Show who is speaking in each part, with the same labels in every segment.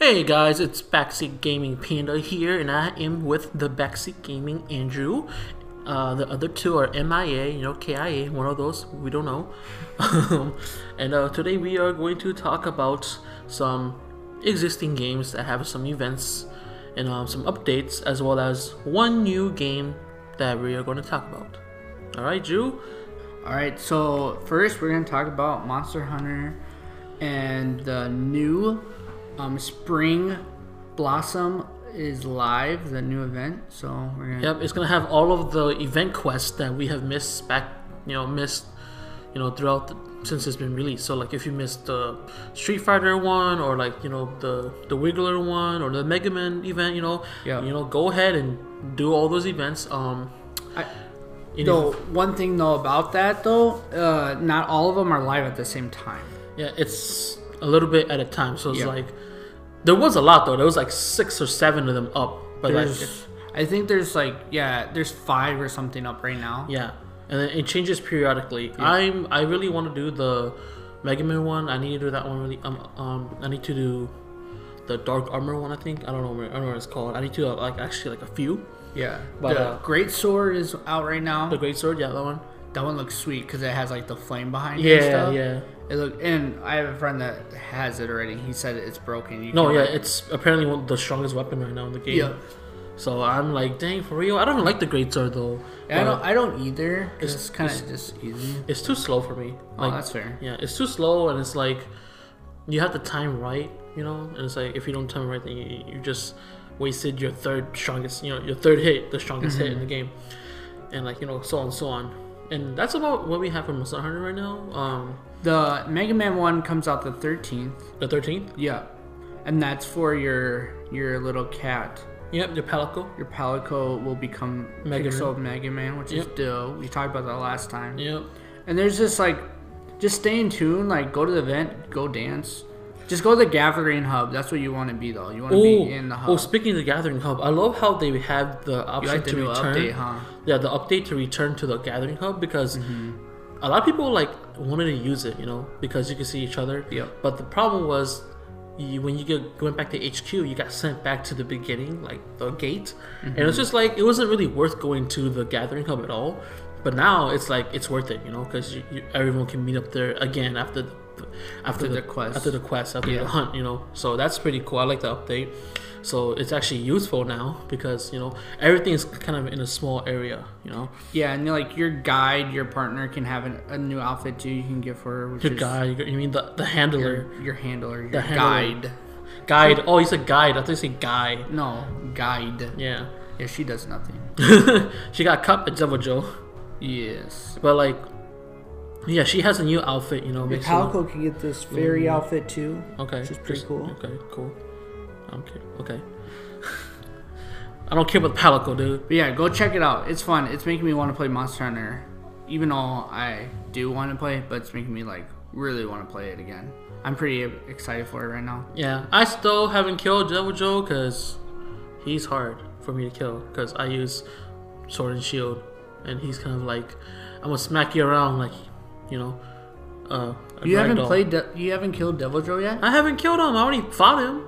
Speaker 1: Hey guys, it's Backseat Gaming Panda here, and I am with the Backseat Gaming Andrew. Uh, the other two are MIA, you know, KIA, one of those, we don't know. Um, and uh, today we are going to talk about some existing games that have some events and um, some updates, as well as one new game that we are going to talk about. Alright, Drew?
Speaker 2: All right, so first we're gonna talk about Monster Hunter and the new um, Spring Blossom is live, the new event. So we're gonna
Speaker 1: Yep, it's gonna have all of the event quests that we have missed back, you know, missed, you know, throughout the, since it's been released. So like, if you missed the Street Fighter one, or like, you know, the the Wiggler one, or the Mega Man event, you know,
Speaker 2: Yeah.
Speaker 1: you know, go ahead and do all those events. Um,
Speaker 2: I-
Speaker 1: you
Speaker 2: though
Speaker 1: know,
Speaker 2: one thing though about that though, uh, not all of them are live at the same time.
Speaker 1: yeah, it's a little bit at a time. So it's
Speaker 2: Yeah.
Speaker 1: like, there was a lot though. There was like six or seven of them up, but like,
Speaker 2: There's, I think there's like yeah, there's five or something up right now.
Speaker 1: Yeah, and then it changes periodically. I'm I really want to do the Mega Man one. I need to do that one really. Um, um I need to do the Dark Armor one. I think I don't know. Where, I don't know what it's called. I need to uh, like actually like a few.
Speaker 2: Yeah,
Speaker 1: But,
Speaker 2: the
Speaker 1: uh,
Speaker 2: Great Sword is out right now.
Speaker 1: The Great Sword, yeah, that one.
Speaker 2: that one looks sweet because it has like the flame behind it. and
Speaker 1: Yeah,
Speaker 2: stuff.
Speaker 1: yeah.
Speaker 2: It look, and I have a friend that has it already. He said it's broken. You
Speaker 1: No,
Speaker 2: can,
Speaker 1: yeah,
Speaker 2: like-
Speaker 1: it's apparently one, the strongest weapon right now in the game.
Speaker 2: Yeah.
Speaker 1: So I'm like, dang, for real. I don't like the Great Sword though.
Speaker 2: Yeah, I
Speaker 1: But
Speaker 2: don't. I don't either. 'cause It's, kind
Speaker 1: it's-
Speaker 2: of just easy.
Speaker 1: It's too slow for me.
Speaker 2: Oh,
Speaker 1: Like,
Speaker 2: that's fair.
Speaker 1: yeah, it's too slow, and it's like you have to time right, you know. And it's like if you don't time right, then you, you just wasted your third strongest, you know, your third hit, the strongest hit in
Speaker 2: Mm-hmm.
Speaker 1: the game, and like you know, so on, so on. And that's about what we have for Monster Hunter right now. Um,
Speaker 2: The Mega Man one comes out the thirteenth.
Speaker 1: the thirteenth.
Speaker 2: Yeah, and that's for your your little cat.
Speaker 1: Yep, the Palico.
Speaker 2: Your Palico will become
Speaker 1: Mega Man.
Speaker 2: Pixel Mega Man, which is
Speaker 1: Yep.
Speaker 2: dope. We talked about that last time.
Speaker 1: Yep.
Speaker 2: And there's just like, just stay in tune. Like, go to the event, go dance. Just go to the Gathering Hub. That's what you want to be though. You want to
Speaker 1: Oh,
Speaker 2: be in the hub.
Speaker 1: oh, speaking of the Gathering Hub, I love how they have the
Speaker 2: you
Speaker 1: option
Speaker 2: like the
Speaker 1: to
Speaker 2: new
Speaker 1: return.
Speaker 2: update, huh?
Speaker 1: yeah the update to return to the gathering hub because a lot of people like wanted to use it you know because you could see each other
Speaker 2: Yep.
Speaker 1: but the problem was you, when you get went back to hq you got sent back to the beginning like the gate and it's just like it wasn't really worth going to the gathering hub at all but now it's like it's worth it you know because you, you, everyone can meet up there again after the after,
Speaker 2: the quest.
Speaker 1: after the quest after the
Speaker 2: Yeah.
Speaker 1: hunt you know so that's pretty cool i like the update so it's actually useful now because you know everything's kind of in a small area you know
Speaker 2: Yeah, and like your guide, your partner can have an, a new outfit too. You can give her which
Speaker 1: your
Speaker 2: is
Speaker 1: guy you mean the, the handler
Speaker 2: your handler, your
Speaker 1: handler.
Speaker 2: guide.
Speaker 1: guide oh he's a guide i think he guy
Speaker 2: No, guide.
Speaker 1: yeah
Speaker 2: Yeah, she does nothing.
Speaker 1: she got cut by double joe
Speaker 2: Yes.
Speaker 1: but like yeah she has a new outfit you know makes her look-
Speaker 2: can get this fairy outfit too.
Speaker 1: Mm. Okay.
Speaker 2: Which is pretty
Speaker 1: just-
Speaker 2: cool.
Speaker 1: Okay, cool. Okay, okay. I don't care about Palico, dude.
Speaker 2: But yeah, go check it out. It's fun. It's making me want to play Monster Hunter, even though I do want to play, it, but it's making me like really want to play it again. I'm pretty excited for it right now.
Speaker 1: Yeah, I still haven't killed Devil Joe because he's hard for me to kill because I use Sword and Shield, and he's kind of like I'm gonna smack you around like, you know. Uh, a
Speaker 2: You haven't
Speaker 1: ragdoll.
Speaker 2: played. De- you haven't killed Devil Joe yet.
Speaker 1: I haven't killed him. I already fought him.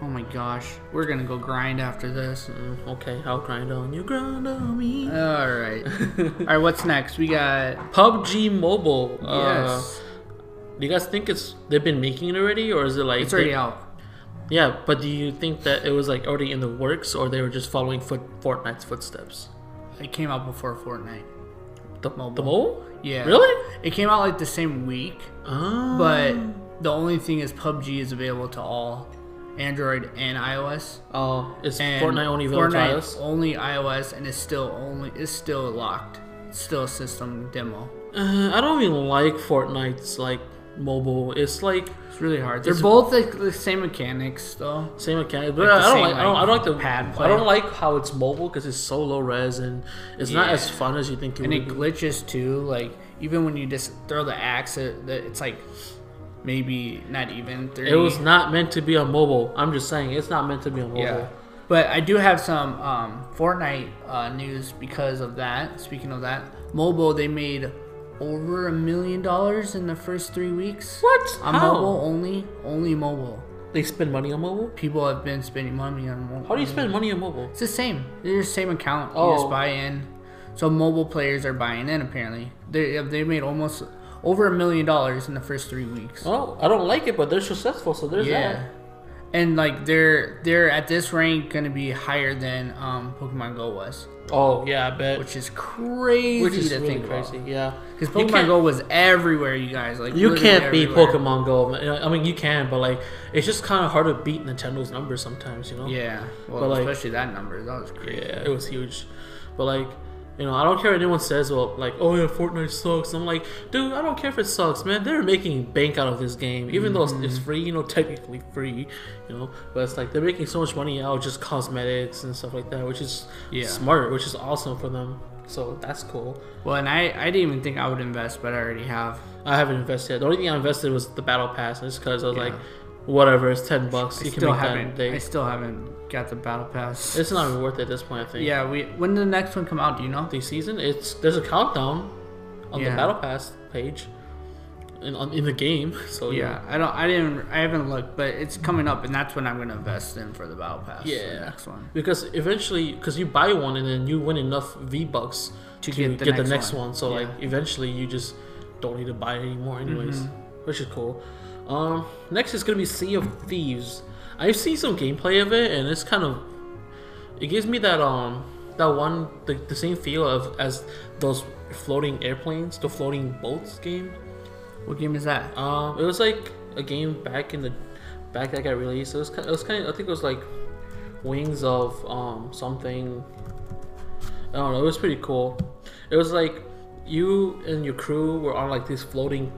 Speaker 2: Oh my gosh, we're gonna go grind after this.
Speaker 1: Mm, Okay, I'll grind on you, grind on me.
Speaker 2: All right. All right. What's next? We got.
Speaker 1: PUBG Mobile. Uh,
Speaker 2: yes.
Speaker 1: Do you guys think it's they've been making it already, or is it like
Speaker 2: It's
Speaker 1: they-
Speaker 2: already out.
Speaker 1: Yeah, but do you think that it was like already in the works, or they were just following foot Fortnite's footsteps?
Speaker 2: It came out before Fortnite.
Speaker 1: The the mobile?
Speaker 2: Yeah.
Speaker 1: Really?
Speaker 2: It came out like the same week,
Speaker 1: Ah.
Speaker 2: but the only thing is PUBG is available to all Android and iOS.
Speaker 1: oh, it's
Speaker 2: And
Speaker 1: Fortnite only available to
Speaker 2: Fortnite
Speaker 1: iOS?
Speaker 2: only iOS, and it's still only it's still locked. It's still a system demo.
Speaker 1: Uh, I don't even like Fortnite's like mobile. It's like
Speaker 2: It's really hard. They're
Speaker 1: It's-
Speaker 2: both like the same mechanics though.
Speaker 1: same account, but
Speaker 2: the
Speaker 1: I don't
Speaker 2: same,
Speaker 1: like, I don't I don't like the
Speaker 2: like, pad
Speaker 1: I don't
Speaker 2: play.
Speaker 1: like how it's mobile because it's so low res and it's not
Speaker 2: Yeah.
Speaker 1: as fun as you think it
Speaker 2: and
Speaker 1: would.
Speaker 2: it
Speaker 1: be.
Speaker 2: glitches too. Like even when you just throw the axe, it, the- it's like maybe not even thirty.
Speaker 1: It was not meant to be on mobile. I'm just saying it's not meant to be on mobile.
Speaker 2: yeah. But I do have some um, Fortnite uh, news because of that. Speaking of that, mobile they made over a million dollars in the first three weeks
Speaker 1: What?
Speaker 2: on
Speaker 1: How?
Speaker 2: mobile only, only mobile.
Speaker 1: They spend money on mobile.
Speaker 2: People have been spending money on mobile.
Speaker 1: How do you spend money on mobile?
Speaker 2: It's the same. They're the same account. You
Speaker 1: Oh.
Speaker 2: just buy in. So mobile players are buying in. Apparently, they uh, they made almost over a million dollars in the first three weeks.
Speaker 1: Well, I don't like it, but they're successful, so there's
Speaker 2: yeah, and like they're they're at this rank going to be higher than um, Pokemon Go was,
Speaker 1: that. Oh yeah, I bet. Which,
Speaker 2: which is crazy
Speaker 1: is
Speaker 2: to
Speaker 1: really
Speaker 2: think
Speaker 1: crazy.
Speaker 2: about.
Speaker 1: Yeah.
Speaker 2: Because
Speaker 1: You
Speaker 2: Pokemon
Speaker 1: can't-
Speaker 2: Go was everywhere, you guys. Like
Speaker 1: You
Speaker 2: literally
Speaker 1: can't beat
Speaker 2: everywhere.
Speaker 1: Pokemon Go. man. I mean, you can, but like, it's just kind of hard to beat Nintendo's numbers sometimes, you know?
Speaker 2: Yeah, well,
Speaker 1: But, like-
Speaker 2: especially that number. That was crazy.
Speaker 1: Yeah, it was huge. But like, you know, I don't care what anyone says. Well, like, oh yeah, Fortnite sucks. I'm like, dude, I don't care if it sucks, man. They're making bank out of this game, even though it's, it's
Speaker 2: Mm-hmm.
Speaker 1: free. You know, technically free. You know, but it's like they're making so much money out of just cosmetics and stuff like that, which is
Speaker 2: Yeah.
Speaker 1: smart, which is awesome for them. So that's cool.
Speaker 2: Well, and I I didn't even think I would invest, but I already have.
Speaker 1: I haven't invested. The only thing I invested was the battle pass, just because I was like, whatever, it's ten bucks.
Speaker 2: I
Speaker 1: you can
Speaker 2: still
Speaker 1: make that in a
Speaker 2: haven't.
Speaker 1: day.
Speaker 2: I still haven't got the battle pass.
Speaker 1: It's not even worth it at this point. I think.
Speaker 2: yeah, we when did the next one come out? Do you know?
Speaker 1: the season. It's there's a countdown on the
Speaker 2: Yeah.
Speaker 1: battle pass page, in on, in the game. So
Speaker 2: Yeah, I don't. I didn't. I haven't looked, but it's coming up, and that's when I'm gonna invest in for the battle pass.
Speaker 1: yeah,
Speaker 2: the next one.
Speaker 1: Because eventually, because you buy one and then you win enough V bucks to,
Speaker 2: get the next one.
Speaker 1: So
Speaker 2: Yeah. Mm-hmm.
Speaker 1: like eventually, you just don't need to buy it anymore, anyways, which is cool. Um, next is gonna be Sea of Thieves. I've seen some gameplay of it, and it's kind of it gives me that um that one the, the same feel of as those floating airplanes, the floating boats game.
Speaker 2: What game is that?
Speaker 1: Um, it was like a game back in the back that got released. It was kind. It was kind of. I think it was like Wings of um something. I don't know. It was pretty cool. It was like you and your crew were on like these floating,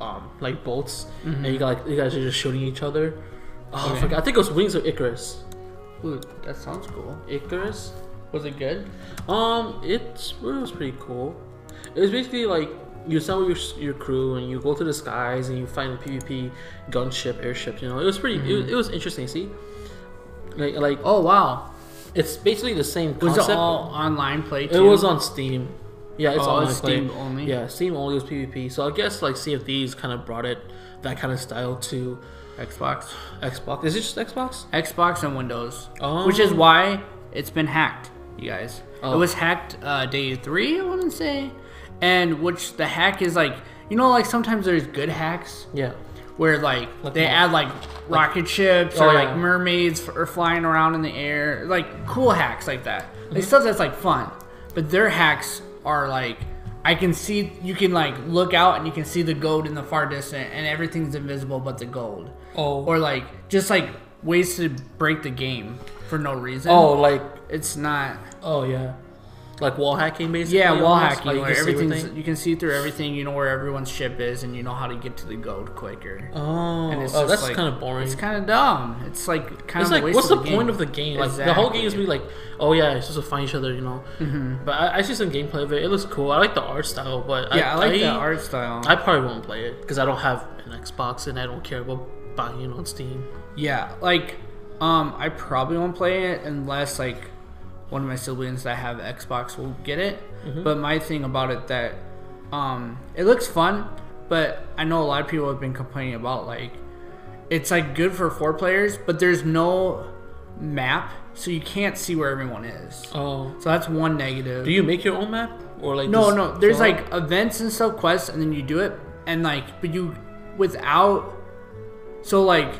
Speaker 1: um, like boats, and you got like you guys are just shooting each other. Oh, I
Speaker 2: Okay.
Speaker 1: forgot. I think it was Wings of Icarus.
Speaker 2: Ooh, that sounds cool.
Speaker 1: Icarus.
Speaker 2: Was it good?
Speaker 1: Um, it's it was pretty cool. It was basically like you assemble your your crew and you go to the skies and you find PvP gunship airships. You know, it was pretty.
Speaker 2: Mm-hmm.
Speaker 1: It, was- it was interesting. to See, like like
Speaker 2: Oh wow!
Speaker 1: it's basically the same
Speaker 2: Was
Speaker 1: concept.
Speaker 2: it all online play?
Speaker 1: It
Speaker 2: Too?
Speaker 1: was on Steam. Yeah, it's
Speaker 2: Oh,
Speaker 1: online
Speaker 2: it's
Speaker 1: play.
Speaker 2: Steam only?
Speaker 1: Yeah, Steam only was PvP. So I guess like Sea of Thieves kind of brought it that kind of style to
Speaker 2: Xbox,
Speaker 1: Xbox. Is it just Xbox?
Speaker 2: Xbox, and Windows,
Speaker 1: Oh.
Speaker 2: which is why it's been hacked, you guys. It
Speaker 1: Oh.
Speaker 2: was hacked uh, day three, I want to say, and which the hack is like you know like sometimes there's good hacks
Speaker 1: Yeah.
Speaker 2: where like
Speaker 1: Like
Speaker 2: they
Speaker 1: what?
Speaker 2: add like rocket ships
Speaker 1: Oh,
Speaker 2: or
Speaker 1: yeah.
Speaker 2: like mermaids f- are flying around in the air, like cool hacks like that.
Speaker 1: Mm-hmm.
Speaker 2: Like stuff that's like fun, but their hacks are like I can see you can like look out and you can see the gold in the far distance and everything's invisible but the gold.
Speaker 1: Oh.
Speaker 2: Or like just like ways to break the game for no reason.
Speaker 1: Oh, like
Speaker 2: it's not.
Speaker 1: oh yeah, like wall hacking basically.
Speaker 2: Yeah, wall
Speaker 1: almost?
Speaker 2: hacking
Speaker 1: Like, you
Speaker 2: where
Speaker 1: can see
Speaker 2: everything's you can see through everything. You know where everyone's ship is, and you know how to get to the gold quicker.
Speaker 1: Oh,
Speaker 2: it's
Speaker 1: oh
Speaker 2: just
Speaker 1: that's
Speaker 2: like-
Speaker 1: kind of boring.
Speaker 2: It's
Speaker 1: It's,
Speaker 2: kind of dumb. It's like kind of a
Speaker 1: like,
Speaker 2: waste
Speaker 1: what's
Speaker 2: of
Speaker 1: the point of the game? Like, the whole game is
Speaker 2: Exactly. Mm-hmm.
Speaker 1: really like, oh yeah, it's just to find each other, you know. But I, I see some gameplay of it. It looks cool. I like the art style, but
Speaker 2: Yeah, I, like that art style.
Speaker 1: I probably won't play it because I don't have an Xbox and I don't care about buying it on Steam.
Speaker 2: yeah, like um, I probably won't play it unless like one of my siblings that have Xbox will get it. But my thing about it that um, it looks fun, but I know a lot of people have been complaining about like it's like good for four players, but there's no map, so you can't see where everyone is.
Speaker 1: Oh,
Speaker 2: So that's one negative.
Speaker 1: do you make your own map or like?
Speaker 2: No,
Speaker 1: just
Speaker 2: no. There's
Speaker 1: fill out?
Speaker 2: like events and stuff, quests, and then you do it, and like, but you without. So like,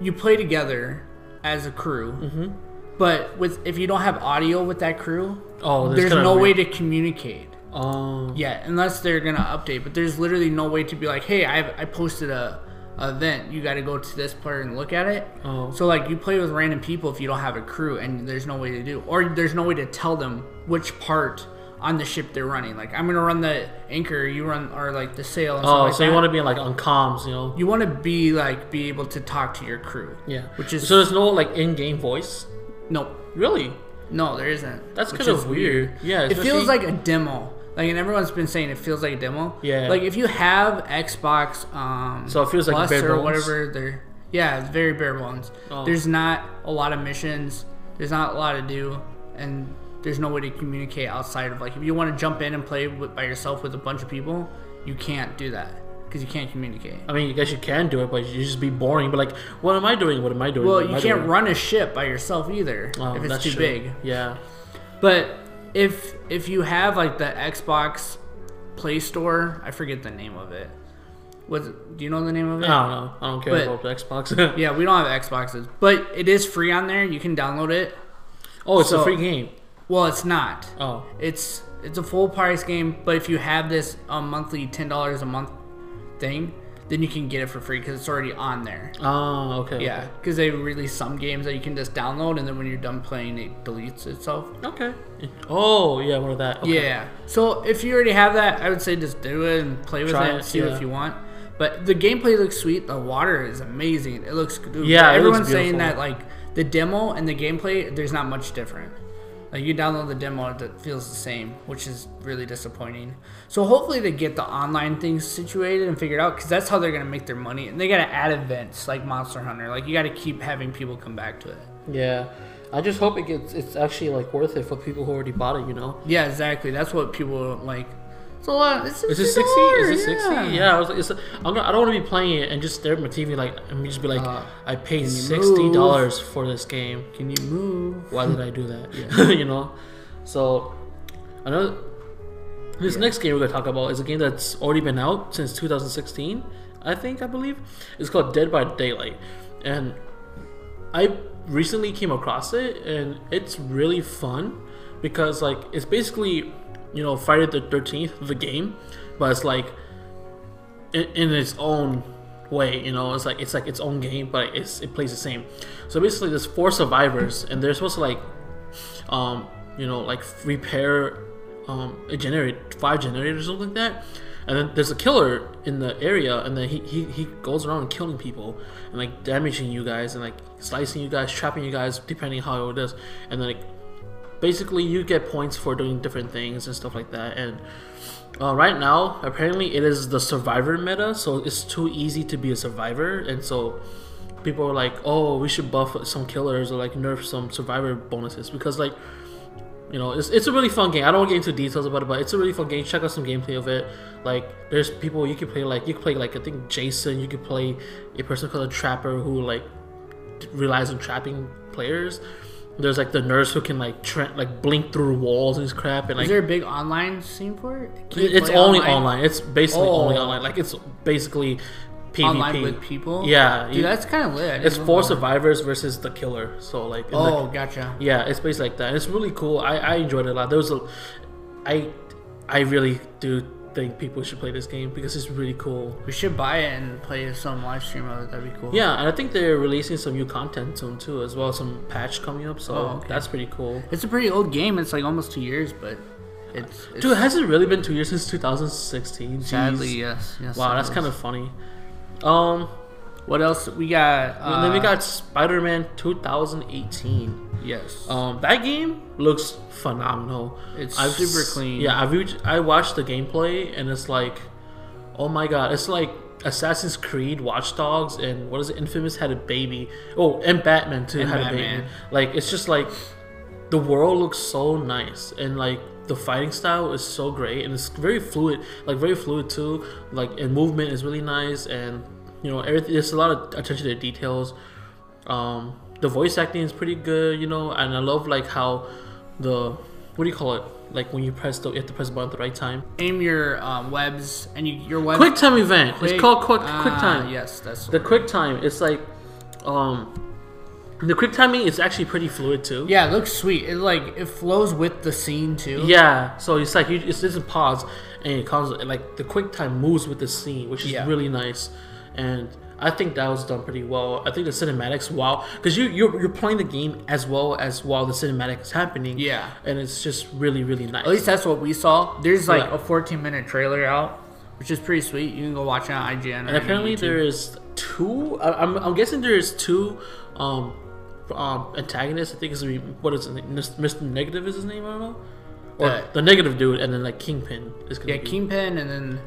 Speaker 2: you play together as a crew,
Speaker 1: Mm-hmm.
Speaker 2: but with if you don't have audio with that crew,
Speaker 1: Oh, that's
Speaker 2: there's
Speaker 1: kinda
Speaker 2: no way
Speaker 1: weird.
Speaker 2: to communicate
Speaker 1: Um,
Speaker 2: yet, unless they're gonna update. But there's literally no way to be like, hey, I I posted a, a event. You got to go to this player and look at it.
Speaker 1: Oh.
Speaker 2: So like, you play with random people if you don't have a crew, and there's no way to do, or there's no way to tell them which part on the ship they're running. Like, I'm gonna run the anchor, you run, or like the sail. And
Speaker 1: oh,
Speaker 2: stuff like
Speaker 1: so you
Speaker 2: that.
Speaker 1: want to be like on comms, you know?
Speaker 2: You want to be like be able to talk to your crew.
Speaker 1: Yeah.
Speaker 2: Which is
Speaker 1: so there's no like in-game voice.
Speaker 2: no,
Speaker 1: Really?
Speaker 2: no, there isn't.
Speaker 1: That's
Speaker 2: which
Speaker 1: kind of
Speaker 2: is
Speaker 1: weird. Yeah.
Speaker 2: it
Speaker 1: especially-
Speaker 2: feels like a demo. Like, and everyone's been saying it feels like a demo.
Speaker 1: Yeah.
Speaker 2: Like if you have Xbox, um,
Speaker 1: So it feels like
Speaker 2: Plus
Speaker 1: bare
Speaker 2: or
Speaker 1: bones?
Speaker 2: whatever. They're yeah, it's very bare bones.
Speaker 1: Oh.
Speaker 2: There's not a lot of missions. There's not a lot to do, and there's no way to communicate outside of like if you want to jump in and play with, by yourself with a bunch of people, you can't do that because you can't communicate.
Speaker 1: I mean, I guess you can do it, but you just be boring. But like, what am I doing? What am I doing?
Speaker 2: Well,
Speaker 1: What am
Speaker 2: you
Speaker 1: I
Speaker 2: can't
Speaker 1: doing?
Speaker 2: run a ship by yourself either
Speaker 1: Oh,
Speaker 2: if it's
Speaker 1: that's
Speaker 2: too
Speaker 1: true.
Speaker 2: big.
Speaker 1: Yeah.
Speaker 2: But if if you have like the Xbox Play Store, I forget the name of it. Was do you know the name of it?
Speaker 1: I don't know. I don't care
Speaker 2: But-
Speaker 1: about the Xbox.
Speaker 2: Yeah, we don't have Xboxes, but it is free on there. You can download it.
Speaker 1: Oh, it's
Speaker 2: So-
Speaker 1: a free game.
Speaker 2: Well, it's not.
Speaker 1: Oh,
Speaker 2: It's it's a full price game, but if you have this um, monthly ten dollars a month thing, then you can get it for free because it's already on there.
Speaker 1: oh, okay.
Speaker 2: Yeah, because they release some games that you can just download, and then when you're done playing, it deletes itself.
Speaker 1: Okay. Oh, yeah. One of that. Okay.
Speaker 2: Yeah. So if you already have that, I would say just do it and play with
Speaker 1: Try
Speaker 2: it and
Speaker 1: it,
Speaker 2: see
Speaker 1: yeah.
Speaker 2: if you want. But the gameplay looks sweet. The water is amazing. It looks good.
Speaker 1: Yeah, it looks
Speaker 2: everyone's saying that
Speaker 1: beautiful.
Speaker 2: like the demo and the gameplay, there's not much different. Like you download the demo, it feels the same, which is really disappointing. So hopefully they get the online thing situated and figured out because that's how they're gonna make their money. And they gotta add events like Monster Hunter. Like you gotta keep having people come back to it.
Speaker 1: Yeah. I just hope it gets. It's actually like worth it for people who already bought it. You know.
Speaker 2: Yeah, exactly. That's what people like. It's a lot. It's
Speaker 1: Is it sixty? Is it sixty? Yeah. I was. It's, I'm not, I don't want to be playing it and just stare at my TV like and just be like,
Speaker 2: Uh,
Speaker 1: I paid sixty dollars for this game.
Speaker 2: Can you move?
Speaker 1: Why did I do that? you know. So, another. This next game we're gonna talk about is a game that's already been out since 2016, I think I believe. It's called Dead by Daylight, and I recently came across it, and it's really fun because like it's basically, you know, Friday the 13th, the game, but it's like in, in its own way. You know, it's like it's like its own game, but it's it plays the same. So basically, there's four survivors, and they're supposed to like, um, you know, like repair, um, a generate five generators or something like that. And then there's a killer in the area, and then he, he, he goes around killing people and like damaging you guys and like slicing you guys, trapping you guys, depending how it is. And then like basically you get points for doing different things and stuff like that and uh, right now apparently it is the survivor meta so it's too easy to be a survivor and so people are like oh we should buff some killers or like nerf some survivor bonuses because like you know it's, it's a really fun game i don't want to get into details about it but it's a really fun game check out some gameplay of it like there's people you can play like you can play like i think jason you could play a person called the trapper who like relies on trapping players. There's like the nurse who can like tra- like blink through walls and crap, and like
Speaker 2: Is there a big online scene for it? Can you
Speaker 1: it's
Speaker 2: play
Speaker 1: only online. It's basically
Speaker 2: Oh.
Speaker 1: only online. Like it's basically PvP.
Speaker 2: Online with people.
Speaker 1: Yeah, you-
Speaker 2: dude, that's kind of lit. I didn't
Speaker 1: it's
Speaker 2: know
Speaker 1: four
Speaker 2: that.
Speaker 1: survivors versus the killer. So like, in the-
Speaker 2: Oh, gotcha.
Speaker 1: yeah, it's basically like that. It's really cool. I, I enjoyed it a lot. There was a, I, I really do think people should play this game because it's really cool.
Speaker 2: We should buy it and play some live stream of it. That'd be cool.
Speaker 1: Yeah, and I think they're releasing some new content soon too, as well as some patch coming up. So
Speaker 2: Oh, okay.
Speaker 1: that's pretty cool.
Speaker 2: it's a pretty old game. It's like almost two years, but it's, it's
Speaker 1: Dude, has it really been two years since 2016? Jeez.
Speaker 2: sadly yes. yes
Speaker 1: Wow, that's kind of funny. Um,
Speaker 2: of. What else we got? Uh,
Speaker 1: and then we got Spider-Man 2018.
Speaker 2: yes.
Speaker 1: Um, that game looks phenomenal.
Speaker 2: It's
Speaker 1: I've
Speaker 2: super
Speaker 1: s-
Speaker 2: clean.
Speaker 1: Yeah, I've re- I watched the gameplay and it's like, oh my god, it's like Assassin's Creed, Watch Dogs, and what is it? Infamous had a baby. Oh, and Batman too
Speaker 2: And
Speaker 1: had a
Speaker 2: Batman.
Speaker 1: baby. Like it's just like the world looks so nice and like the fighting style is so great and it's very fluid like very fluid too like and movement is really nice and you know everything there's a lot of attention to details um the voice acting is pretty good you know and i love like how the what do you call it like when you press the you have to press the button at the right time
Speaker 2: Aim your um, webs and you, your web.
Speaker 1: quick time event it's called quick quick
Speaker 2: Ah,
Speaker 1: time
Speaker 2: Yes, that's
Speaker 1: the quick time it's like um the quick timing is actually pretty fluid too
Speaker 2: yeah. It looks sweet. It like it flows with the scene too.
Speaker 1: Yeah, so it's like you, it's just a pause, and it comes like the quick time moves with the scene, which is
Speaker 2: Yeah.
Speaker 1: really nice, and I think that was done pretty well. I think the cinematics, wow, because you you're, you're playing the game as well as while the cinematic is happening.
Speaker 2: Yeah.
Speaker 1: and it's just really really nice.
Speaker 2: At least that's what we saw. There's like
Speaker 1: Yeah.
Speaker 2: a 14 minute trailer out, which is pretty sweet. You can go watch it on IGN.
Speaker 1: and apparently there is two. I, I'm I'm guessing there is two. Um, um, antagonist, I think is what is it? Mr. Negative is his name. I don't know. Or
Speaker 2: Uh,
Speaker 1: the negative dude, and then like Kingpin is gonna
Speaker 2: yeah,
Speaker 1: be-
Speaker 2: Kingpin and then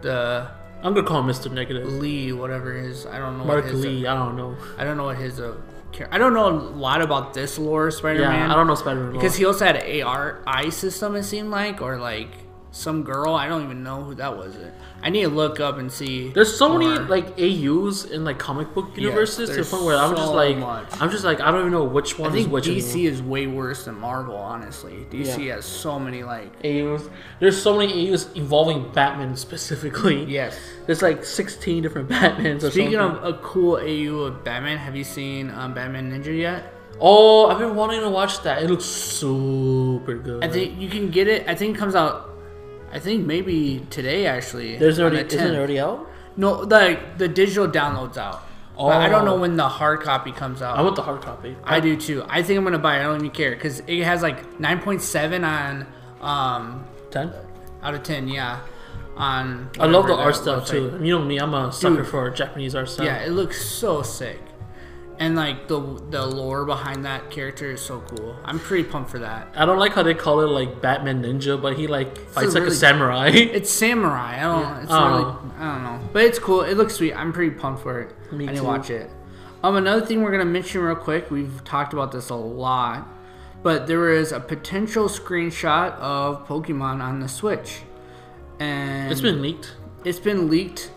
Speaker 2: the
Speaker 1: I'm gonna call him Mr. Negative.
Speaker 2: Lee, whatever his. I don't know.
Speaker 1: Mark
Speaker 2: what his, uh,
Speaker 1: Lee, I don't know.
Speaker 2: I don't know what his. Uh, char- I don't know a lot about this lore Spider
Speaker 1: Yeah,
Speaker 2: Man.
Speaker 1: I don't know Spider Man.
Speaker 2: because he also had an AR eye system. It seemed like, or like some girl. I don't even know who that was. It. I need to look up and see.
Speaker 1: There's so many
Speaker 2: more.
Speaker 1: like AUs in like comic book universes to the
Speaker 2: there's
Speaker 1: point where I'm just
Speaker 2: so
Speaker 1: like
Speaker 2: much.
Speaker 1: I'm just like I don't even know which
Speaker 2: I
Speaker 1: one is
Speaker 2: think
Speaker 1: which.
Speaker 2: DC is way worse than Marvel. Honestly, DC has so many like
Speaker 1: anymore. AUs. There's so many AUs involving Batman specifically.
Speaker 2: yes.
Speaker 1: There's like 16 different Batmans or
Speaker 2: Speaking
Speaker 1: something.
Speaker 2: of a cool AU of Batman, have you seen um, Batman Ninja yet?
Speaker 1: oh, I've been wanting to watch that. It looks super good.
Speaker 2: I think you can get it. I think it comes out. I think maybe today actually.
Speaker 1: there's
Speaker 2: on
Speaker 1: already
Speaker 2: the
Speaker 1: isn't
Speaker 2: 10th.
Speaker 1: it already out.
Speaker 2: No, like the digital downloads out. But I don't
Speaker 1: Oh.
Speaker 2: know when the hard copy comes out.
Speaker 1: I want the hard copy.
Speaker 2: I do too. I think I'm gonna buy it. I don't even care because it has like 9.7 on um
Speaker 1: 10.
Speaker 2: out of 10. Yeah, on.
Speaker 1: I love the
Speaker 2: whatever
Speaker 1: art
Speaker 2: that
Speaker 1: style
Speaker 2: website-
Speaker 1: too. You know me, I'm a sucker
Speaker 2: Dude.
Speaker 1: for Japanese art style.
Speaker 2: Yeah, it looks so sick, and like the the lore behind that character is so cool. I'm pretty pumped for that.
Speaker 1: I don't like how they call it like Batman Ninja, but he like fights like a
Speaker 2: really-
Speaker 1: samurai.
Speaker 2: It's samurai. I don't. It's
Speaker 1: I
Speaker 2: not
Speaker 1: don't
Speaker 2: really, I don't know, but it's cool. It looks sweet. I'm pretty pumped for it.
Speaker 1: Oh. Me
Speaker 2: I need
Speaker 1: too.
Speaker 2: to watch it. Um, another thing we're gonna mention real quick. We've talked about this a lot, but there is a potential screenshot of Pokemon on the Switch, and
Speaker 1: it's been leaked.
Speaker 2: it's been leaked,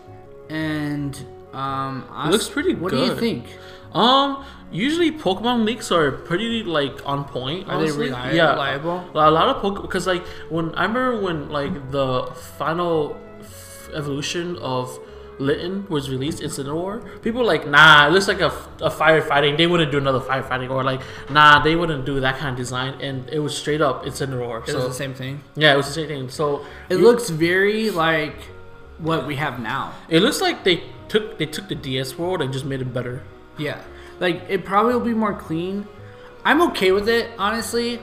Speaker 2: and um, I-
Speaker 1: looks pretty
Speaker 2: What do
Speaker 1: good.
Speaker 2: you think?
Speaker 1: Um, usually Pokemon leaks are pretty like on point.
Speaker 2: Are they
Speaker 1: honestly.
Speaker 2: reli-
Speaker 1: yeah.
Speaker 2: reliable?
Speaker 1: A lot of Pokemon because like when I remember when like the final f- evolution of Litten was released, Incineroar. People were like, nah, it looks like a, f- a firefighting. They wouldn't do another firefighting, or like, nah, they wouldn't do that kind of design. And it was straight up Incineroar.
Speaker 2: It was
Speaker 1: So
Speaker 2: the same thing.
Speaker 1: yeah, it was the same thing. So
Speaker 2: It looks very like what we have now.
Speaker 1: It looks like they took they took the DS world and just made it better.
Speaker 2: Yeah. Like it probably will be more clean. I'm okay with it, honestly.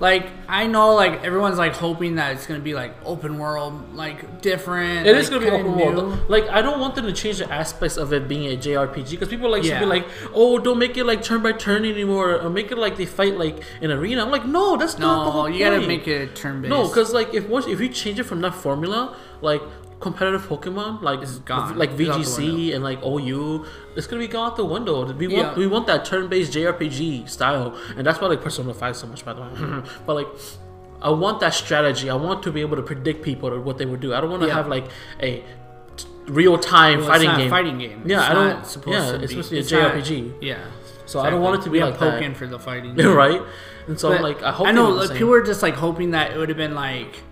Speaker 2: Like I know like everyone's like hoping that it's going to be like open world, like different.
Speaker 1: It
Speaker 2: like,
Speaker 1: is gonna be
Speaker 2: kinda
Speaker 1: open world.
Speaker 2: new.
Speaker 1: Like I don't want them to change the aspects of it being a JRPG because people like should be
Speaker 2: Yeah.
Speaker 1: like, oh, don't make it like turn by turn anymore, or make it like they fight like an arena. I'm like, no, that's not the
Speaker 2: No,
Speaker 1: whole
Speaker 2: you got to
Speaker 1: point.
Speaker 2: make it turn based.
Speaker 1: No, because like if once if you change it from that formula, like competitive Pokemon, like
Speaker 2: gone.
Speaker 1: like
Speaker 2: It's out the
Speaker 1: VGC and like OU, it's gonna be gone out the window. We want
Speaker 2: Yeah.
Speaker 1: we want that turn-based JRPG style, and that's why like Persona Five so much. By the way, but like. I want that strategy. I want to be able to predict people or what they would do. I don't want to
Speaker 2: Yeah.
Speaker 1: have like a real time
Speaker 2: Well, it's
Speaker 1: fighting
Speaker 2: not a
Speaker 1: game.
Speaker 2: fighting game.
Speaker 1: Yeah,
Speaker 2: It's
Speaker 1: I don't.
Speaker 2: not supposed
Speaker 1: yeah,
Speaker 2: to
Speaker 1: it's
Speaker 2: be.
Speaker 1: supposed to be a
Speaker 2: It's not-
Speaker 1: JRPG,
Speaker 2: Yeah.
Speaker 1: So I don't want it to be
Speaker 2: we
Speaker 1: like
Speaker 2: have
Speaker 1: that.
Speaker 2: Pokken for the fighting.
Speaker 1: right? And so
Speaker 2: But
Speaker 1: like I hope
Speaker 2: I
Speaker 1: they
Speaker 2: know
Speaker 1: do the
Speaker 2: like
Speaker 1: same.
Speaker 2: people were just like hoping that it would have been like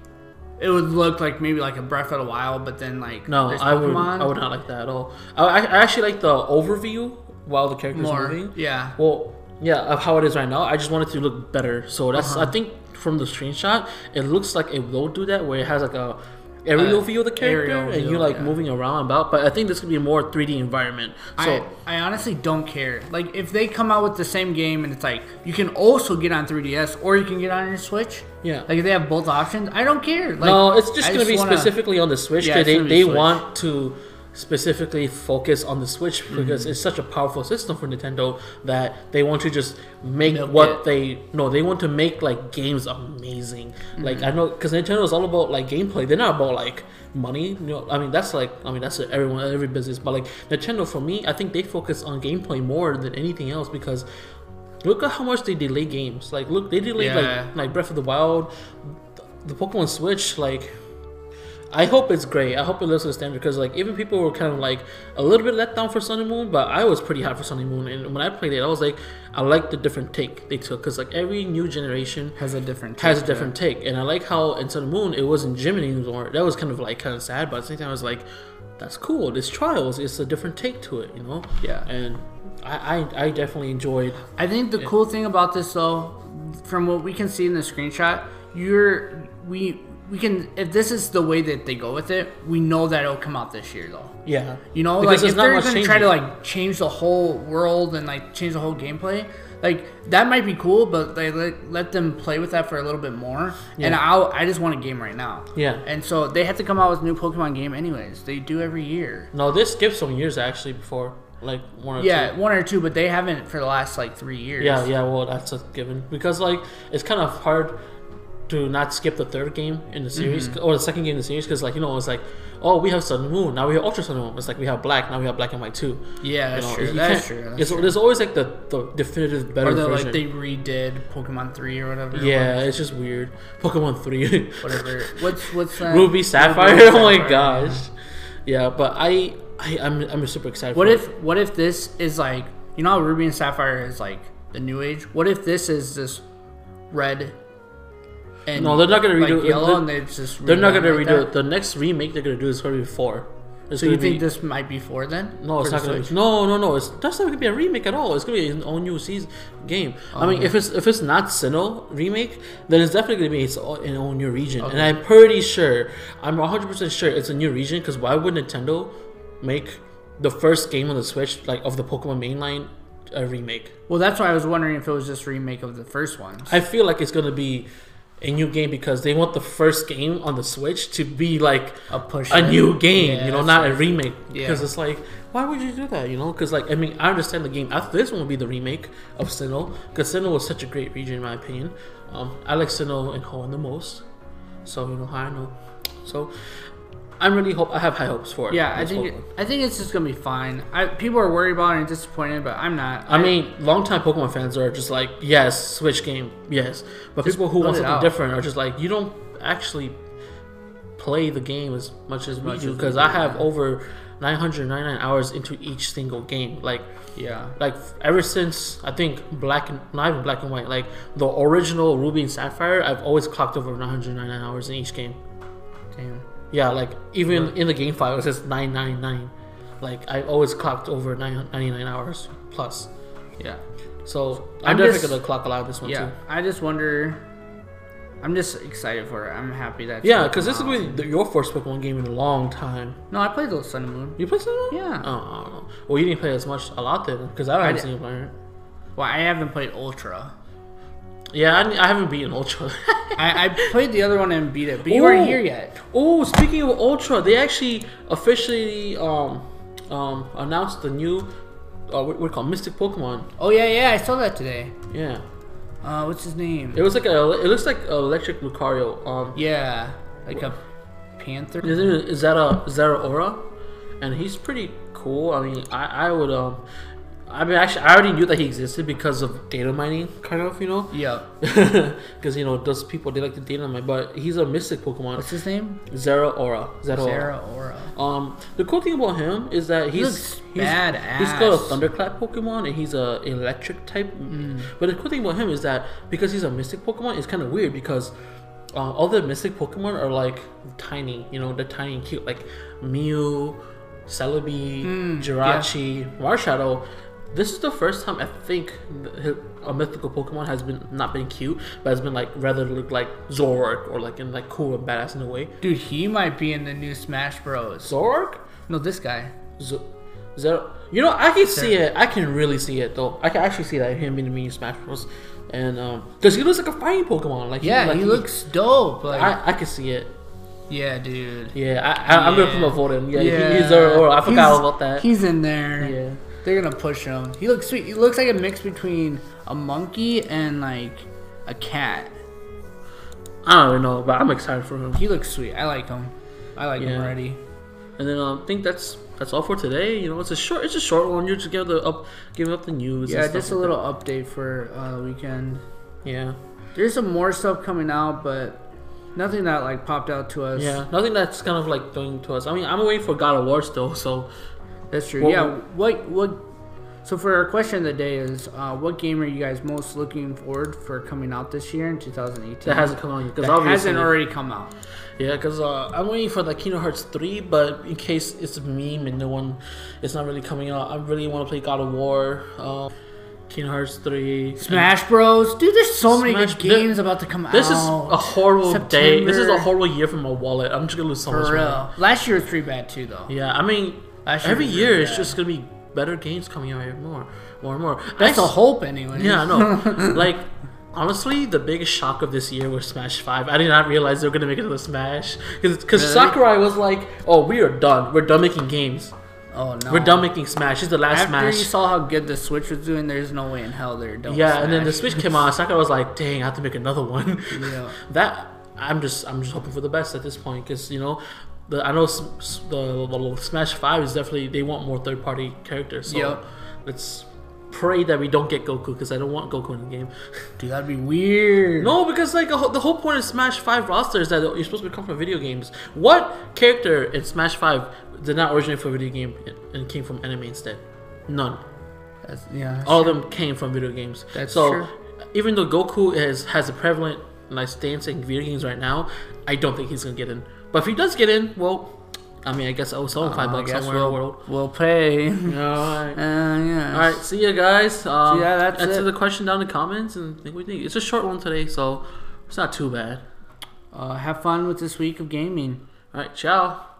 Speaker 2: it would look like maybe like a Breath of the Wild, but then like
Speaker 1: No,
Speaker 2: there's
Speaker 1: I would.
Speaker 2: Pokemon.
Speaker 1: I would not like that at all. I, I I actually like the overview while the character's
Speaker 2: more
Speaker 1: moving.
Speaker 2: yeah.
Speaker 1: Well, yeah, of how it is right now. I just want it to look better. So that's.
Speaker 2: Uh-huh.
Speaker 1: I think from the screenshot, it looks like it will do that, where it has like a aerial
Speaker 2: Uh,
Speaker 1: view of the character,
Speaker 2: aerial
Speaker 1: and
Speaker 2: view,
Speaker 1: you're like
Speaker 2: yeah.
Speaker 1: moving around about. But I think this could be a more 3D environment. So
Speaker 2: I, I honestly don't care. Like if they come out with the same game and it's like you can also get on 3DS or you can get on your Switch.
Speaker 1: Yeah.
Speaker 2: Like if they have both options, I don't care. Like,
Speaker 1: no, it's just
Speaker 2: I
Speaker 1: gonna be
Speaker 2: wanna-
Speaker 1: specifically on the Switch.
Speaker 2: Yeah,
Speaker 1: 'cause
Speaker 2: it's
Speaker 1: they
Speaker 2: gonna be
Speaker 1: they
Speaker 2: Switch.
Speaker 1: want to specifically focus on the Switch
Speaker 2: Mm-hmm.
Speaker 1: because it's such a powerful system for Nintendo that they want to just make
Speaker 2: Milk
Speaker 1: what
Speaker 2: it.
Speaker 1: they no they want to make like games amazing.
Speaker 2: Mm-hmm.
Speaker 1: Like I know because Nintendo is all about like gameplay. They're not about like money. You know, I mean that's like I mean that's everyone every business. But like Nintendo for me, I think they focus on gameplay more than anything else because. Look at how much they delay games. Like, look, they delay
Speaker 2: Yeah.
Speaker 1: like like Breath of the Wild, the Pokemon Switch, like, I hope it's great. I hope it lives to the standard because, like, even people were kind of like a little bit let down for Sun and Moon, but I was pretty hot for Sun and Moon. And when I played it, I was like, I like the different take they took because, like, every new generation
Speaker 2: has a different
Speaker 1: has a
Speaker 2: take,
Speaker 1: different take. And I like how in Sun and Moon it wasn't Jiminy anymore. That was kind of like kind of sad, but at the same time, I was like, that's cool. This Trials, it's a different take to it, you know?
Speaker 2: Yeah.
Speaker 1: And I, I, I definitely enjoyed.
Speaker 2: yeah. I think the cool thing about this though, from what we can see in the screenshot, you're we we can if this is the way that they go with it, we know that it'll come out this year though.
Speaker 1: Yeah.
Speaker 2: You know,
Speaker 1: Because
Speaker 2: like
Speaker 1: there's
Speaker 2: if
Speaker 1: not
Speaker 2: they're
Speaker 1: much
Speaker 2: gonna try to
Speaker 1: changing.
Speaker 2: like change the whole world and like change the whole gameplay, like that might be cool, but they let, let them play with that for a little bit more. And
Speaker 1: Yeah.
Speaker 2: I I just want a game right now.
Speaker 1: Yeah.
Speaker 2: And so they have to come out with a new Pokemon game anyways. They do every year.
Speaker 1: No, this skipped some years actually before, like one or
Speaker 2: Yeah,
Speaker 1: two.
Speaker 2: one or two, but they haven't for the last like three years.
Speaker 1: Yeah, yeah. Well, that's a given because like it's kind of hard to not skip the third game in the series
Speaker 2: Mm-hmm.
Speaker 1: or the second game in the series because like you know it was like oh we have Sun and Moon now we have Ultra Sun and Moon it's like we have Black now we have Black and White too. You
Speaker 2: Yeah, that's
Speaker 1: know,
Speaker 2: true.
Speaker 1: you
Speaker 2: That's
Speaker 1: can't-
Speaker 2: true. That's
Speaker 1: it's-
Speaker 2: true.
Speaker 1: There's always like the, the definitive better
Speaker 2: Or the,
Speaker 1: version.
Speaker 2: like they redid Pokemon Three or whatever. it
Speaker 1: yeah,
Speaker 2: was.
Speaker 1: it's just weird. Pokemon Three,
Speaker 2: whatever. What's what's that?
Speaker 1: Ruby Sapphire. oh my
Speaker 2: Sapphire, yeah.
Speaker 1: gosh. Yeah, but I, I I'm I'm super excited.
Speaker 2: What
Speaker 1: for
Speaker 2: if what if this is like you know how Ruby and Sapphire is like the new age? What if this is this red and
Speaker 1: No, they're not gonna
Speaker 2: like
Speaker 1: redo it.
Speaker 2: yellow
Speaker 1: They're-
Speaker 2: and they just
Speaker 1: They're not gonna
Speaker 2: like
Speaker 1: redo
Speaker 2: that?
Speaker 1: it. The next remake they're gonna do is gonna be four. It's
Speaker 2: So you
Speaker 1: gonna be-
Speaker 2: think this might be four then?
Speaker 1: No, it's
Speaker 2: For
Speaker 1: not
Speaker 2: the
Speaker 1: gonna.
Speaker 2: Switch?
Speaker 1: Be, no, no, no. It's that's not gonna be a remake at all. It's gonna be an all new season game. I mean, if it's if it's not Sinnoh remake, then it's definitely gonna be its all, an all new region. And I'm pretty sure, I'm 100 percent sure it's a new region. Because why would Nintendo make the first game on the Switch like of the Pokemon mainline a remake?
Speaker 2: Well, that's why I was wondering if it was just remake of the first one.
Speaker 1: I feel like it's gonna be a new game because they want the first game on the Switch to be like
Speaker 2: A push
Speaker 1: a
Speaker 2: in.
Speaker 1: new game,
Speaker 2: Yeah,
Speaker 1: you know,
Speaker 2: that's
Speaker 1: not
Speaker 2: what
Speaker 1: a remake.
Speaker 2: Yeah.
Speaker 1: Because it's like, why would you do that? You know, because like I mean, I understand the game after this one would be the remake of Sinnoh because Sinnoh was such a great region in my opinion. Um, I like Sinnoh and Hoenn the most, so you know how I know. So I'm really hope I have high hopes for it.
Speaker 2: Yeah, I
Speaker 1: This
Speaker 2: think
Speaker 1: Pokemon.
Speaker 2: I think it's just gonna be fine. I, people are worried about it and disappointed, but I'm not.
Speaker 1: I mean, longtime Pokemon fans are just like, yes, Switch game, yes. But people who
Speaker 2: let
Speaker 1: want
Speaker 2: it
Speaker 1: something
Speaker 2: out.
Speaker 1: different are just like, you don't actually play the game as much as we
Speaker 2: Much
Speaker 1: do
Speaker 2: as
Speaker 1: because
Speaker 2: we
Speaker 1: I
Speaker 2: do,
Speaker 1: have
Speaker 2: yeah.
Speaker 1: over 999 hours into each single game. Like,
Speaker 2: yeah,
Speaker 1: like ever since I think Black, and, not even Black and White, like the original Ruby and Sapphire, I've always clocked over 999 hours in each game.
Speaker 2: damn.
Speaker 1: Yeah, like even in the game file it says 999. Like I always clocked over 999 hours plus.
Speaker 2: Yeah,
Speaker 1: So I'm,
Speaker 2: I'm
Speaker 1: definitely
Speaker 2: just-
Speaker 1: gonna clock a lot of this one
Speaker 2: yeah.
Speaker 1: too.
Speaker 2: I just wonder. I'm just excited for it. I'm happy that.
Speaker 1: Yeah, because this is gonna be the- your first Pokemon game in a long time.
Speaker 2: No, I played those Sun and Moon.
Speaker 1: You play Sinnoh?
Speaker 2: Yeah.
Speaker 1: Oh, I don't know. Well, you didn't play as much a lot then, because I haven't
Speaker 2: did-
Speaker 1: seen player.
Speaker 2: Well, I haven't played Ultra.
Speaker 1: Yeah, I, I haven't beaten Ultra.
Speaker 2: I, I played the other one and beat it, but you weren't here yet.
Speaker 1: Oh, speaking of Ultra, they actually officially um um announced the new uh, what we call Mystic Pokemon.
Speaker 2: Oh yeah, yeah, I saw that today.
Speaker 1: Yeah,
Speaker 2: Uh, what's his name?
Speaker 1: it was like a it looks like a electric Lucario. Um,
Speaker 2: Yeah, like a panther.
Speaker 1: his name is Zara Zara Aura, and he's pretty cool. I mean, I I would um. I mean, actually, I already knew that he existed because of data mining, kind of, you know,
Speaker 2: Yeah.
Speaker 1: because you know those people they like to data mine. But he's a mystic Pokemon,
Speaker 2: What's his name?
Speaker 1: Zera Aura. Zera Aura.
Speaker 2: Sarah Aura.
Speaker 1: Um, the cool thing about him is that he's
Speaker 2: looks
Speaker 1: he's,
Speaker 2: badass.
Speaker 1: he's got a thunderclap Pokemon and he's a electric type.
Speaker 2: Mm.
Speaker 1: But the cool thing about him is that because he's a mystic Pokemon, it's kind of weird because uh, all the mystic Pokemon are like tiny, you know, they're tiny and cute, like Mew, Celebi,
Speaker 2: Mm,
Speaker 1: Jirachi, Marshadow. This is the first time I think th- a mythical Pokemon has been not been cute, but has been like rather look like Zorark or like in like cool and badass in a way.
Speaker 2: Dude, he might be in the new Smash Bros.
Speaker 1: Zorark
Speaker 2: No, this guy.
Speaker 1: Z- Zero. You know, I can see it. I can really see it though. I can actually see that him in the mini Smash Bros. And um, because he looks like a fighting Pokemon. Like
Speaker 2: Yeah,
Speaker 1: like
Speaker 2: he looks dope. Like,
Speaker 1: I, I can see it.
Speaker 2: yeah, dude.
Speaker 1: Yeah, I, I, I'm gonna put
Speaker 2: Yeah.
Speaker 1: my vote in. Yeah, He, he's Zero. Aura. I forgot
Speaker 2: He's-
Speaker 1: about that.
Speaker 2: He's in there.
Speaker 1: Yeah.
Speaker 2: They're gonna push him. He looks sweet. He looks like a mix between a monkey and like a cat.
Speaker 1: I don't even know, but I'm excited for him.
Speaker 2: He looks sweet. I like him. I like
Speaker 1: Yeah.
Speaker 2: him already.
Speaker 1: And then um, I think that's that's all for today. You know, it's a short it's a short one. You're just giving the up giving up the news. and
Speaker 2: Yeah,
Speaker 1: stuff
Speaker 2: just a
Speaker 1: like
Speaker 2: little update for uh, the weekend.
Speaker 1: that. Yeah,
Speaker 2: There's some more stuff coming out, but nothing that like popped out to us.
Speaker 1: yeah. Nothing that's kind of like doing to us. I mean, I'm waiting for God of War still. So
Speaker 2: that's true.
Speaker 1: What-
Speaker 2: yeah, what what? So for our question of the day is, uh, what game are you guys most looking forward for coming out this year in 2018?
Speaker 1: that hasn't come out yet because
Speaker 2: Mm-hmm. That
Speaker 1: obviously
Speaker 2: hasn't already come out.
Speaker 1: Yeah, because uh, I'm waiting for the Kingdom Hearts 3, but in case it's a meme and no one, it's not really coming out, I really want to play God of War, uh, Kingdom Hearts 3.
Speaker 2: Smash Bros. Dude, there's so many
Speaker 1: Smash-
Speaker 2: good games about to come
Speaker 1: This is
Speaker 2: out.
Speaker 1: a horrible day. This is a
Speaker 2: September.
Speaker 1: horrible year for my wallet. I'm just going to lose so much
Speaker 2: For
Speaker 1: money.
Speaker 2: real. Last year was pretty bad too, though.
Speaker 1: Yeah, I mean,
Speaker 2: Last year
Speaker 1: every
Speaker 2: was
Speaker 1: year
Speaker 2: really
Speaker 1: it's
Speaker 2: bad.
Speaker 1: just going to be better games coming out here more, more and more.
Speaker 2: That's
Speaker 1: I
Speaker 2: a
Speaker 1: s-
Speaker 2: hope, anyway.
Speaker 1: Yeah, I know. like, honestly, the biggest shock of this year was Smash 5. I did not realize they were going to make it to the Smash. Because
Speaker 2: Really?
Speaker 1: Sakurai was like, oh, we are done. We're done making games.
Speaker 2: Oh no.
Speaker 1: We're done making Smash. It's the last
Speaker 2: After
Speaker 1: Smash.
Speaker 2: you saw how good the Switch was doing, there's no way in hell they're done. with
Speaker 1: yeah, and then the
Speaker 2: Smash.
Speaker 1: Switch came out. Sakura was like, "Dang, I have to make another one."
Speaker 2: Yeah.
Speaker 1: that I'm just I'm just hoping for the best at this point because you know. The, I know s- s- the, the, the Smash Five is definitely they want more third party characters. So
Speaker 2: Yep.
Speaker 1: let's pray that we don't get Goku because I don't want Goku in the game.
Speaker 2: Dude, that'd be weird.
Speaker 1: No, because like a, whole- the whole point of Smash Five roster is that you're supposed to come from video games. What character in Smash Five did not originate from a video game and came from anime instead? None.
Speaker 2: That's, yeah.
Speaker 1: All of them came from video games.
Speaker 2: That's
Speaker 1: so
Speaker 2: true.
Speaker 1: even though Goku is, has a prevalent like stance in video games right now, I don't think he's gonna get in. But if he does get in, well, I mean, I guess I will sell him five
Speaker 2: Uh, I
Speaker 1: bucks
Speaker 2: guess
Speaker 1: somewhere in
Speaker 2: we'll,
Speaker 1: the world.
Speaker 2: we'll pay. Uh,
Speaker 1: All right.
Speaker 2: yeah.
Speaker 1: All right, see ya, guys. Um,
Speaker 2: ya, that's
Speaker 1: answer
Speaker 2: it.
Speaker 1: the question down in the comments and think we think it's a short one today, so it's not too bad.
Speaker 2: Uh, have fun with this week of gaming.
Speaker 1: All right, ciao.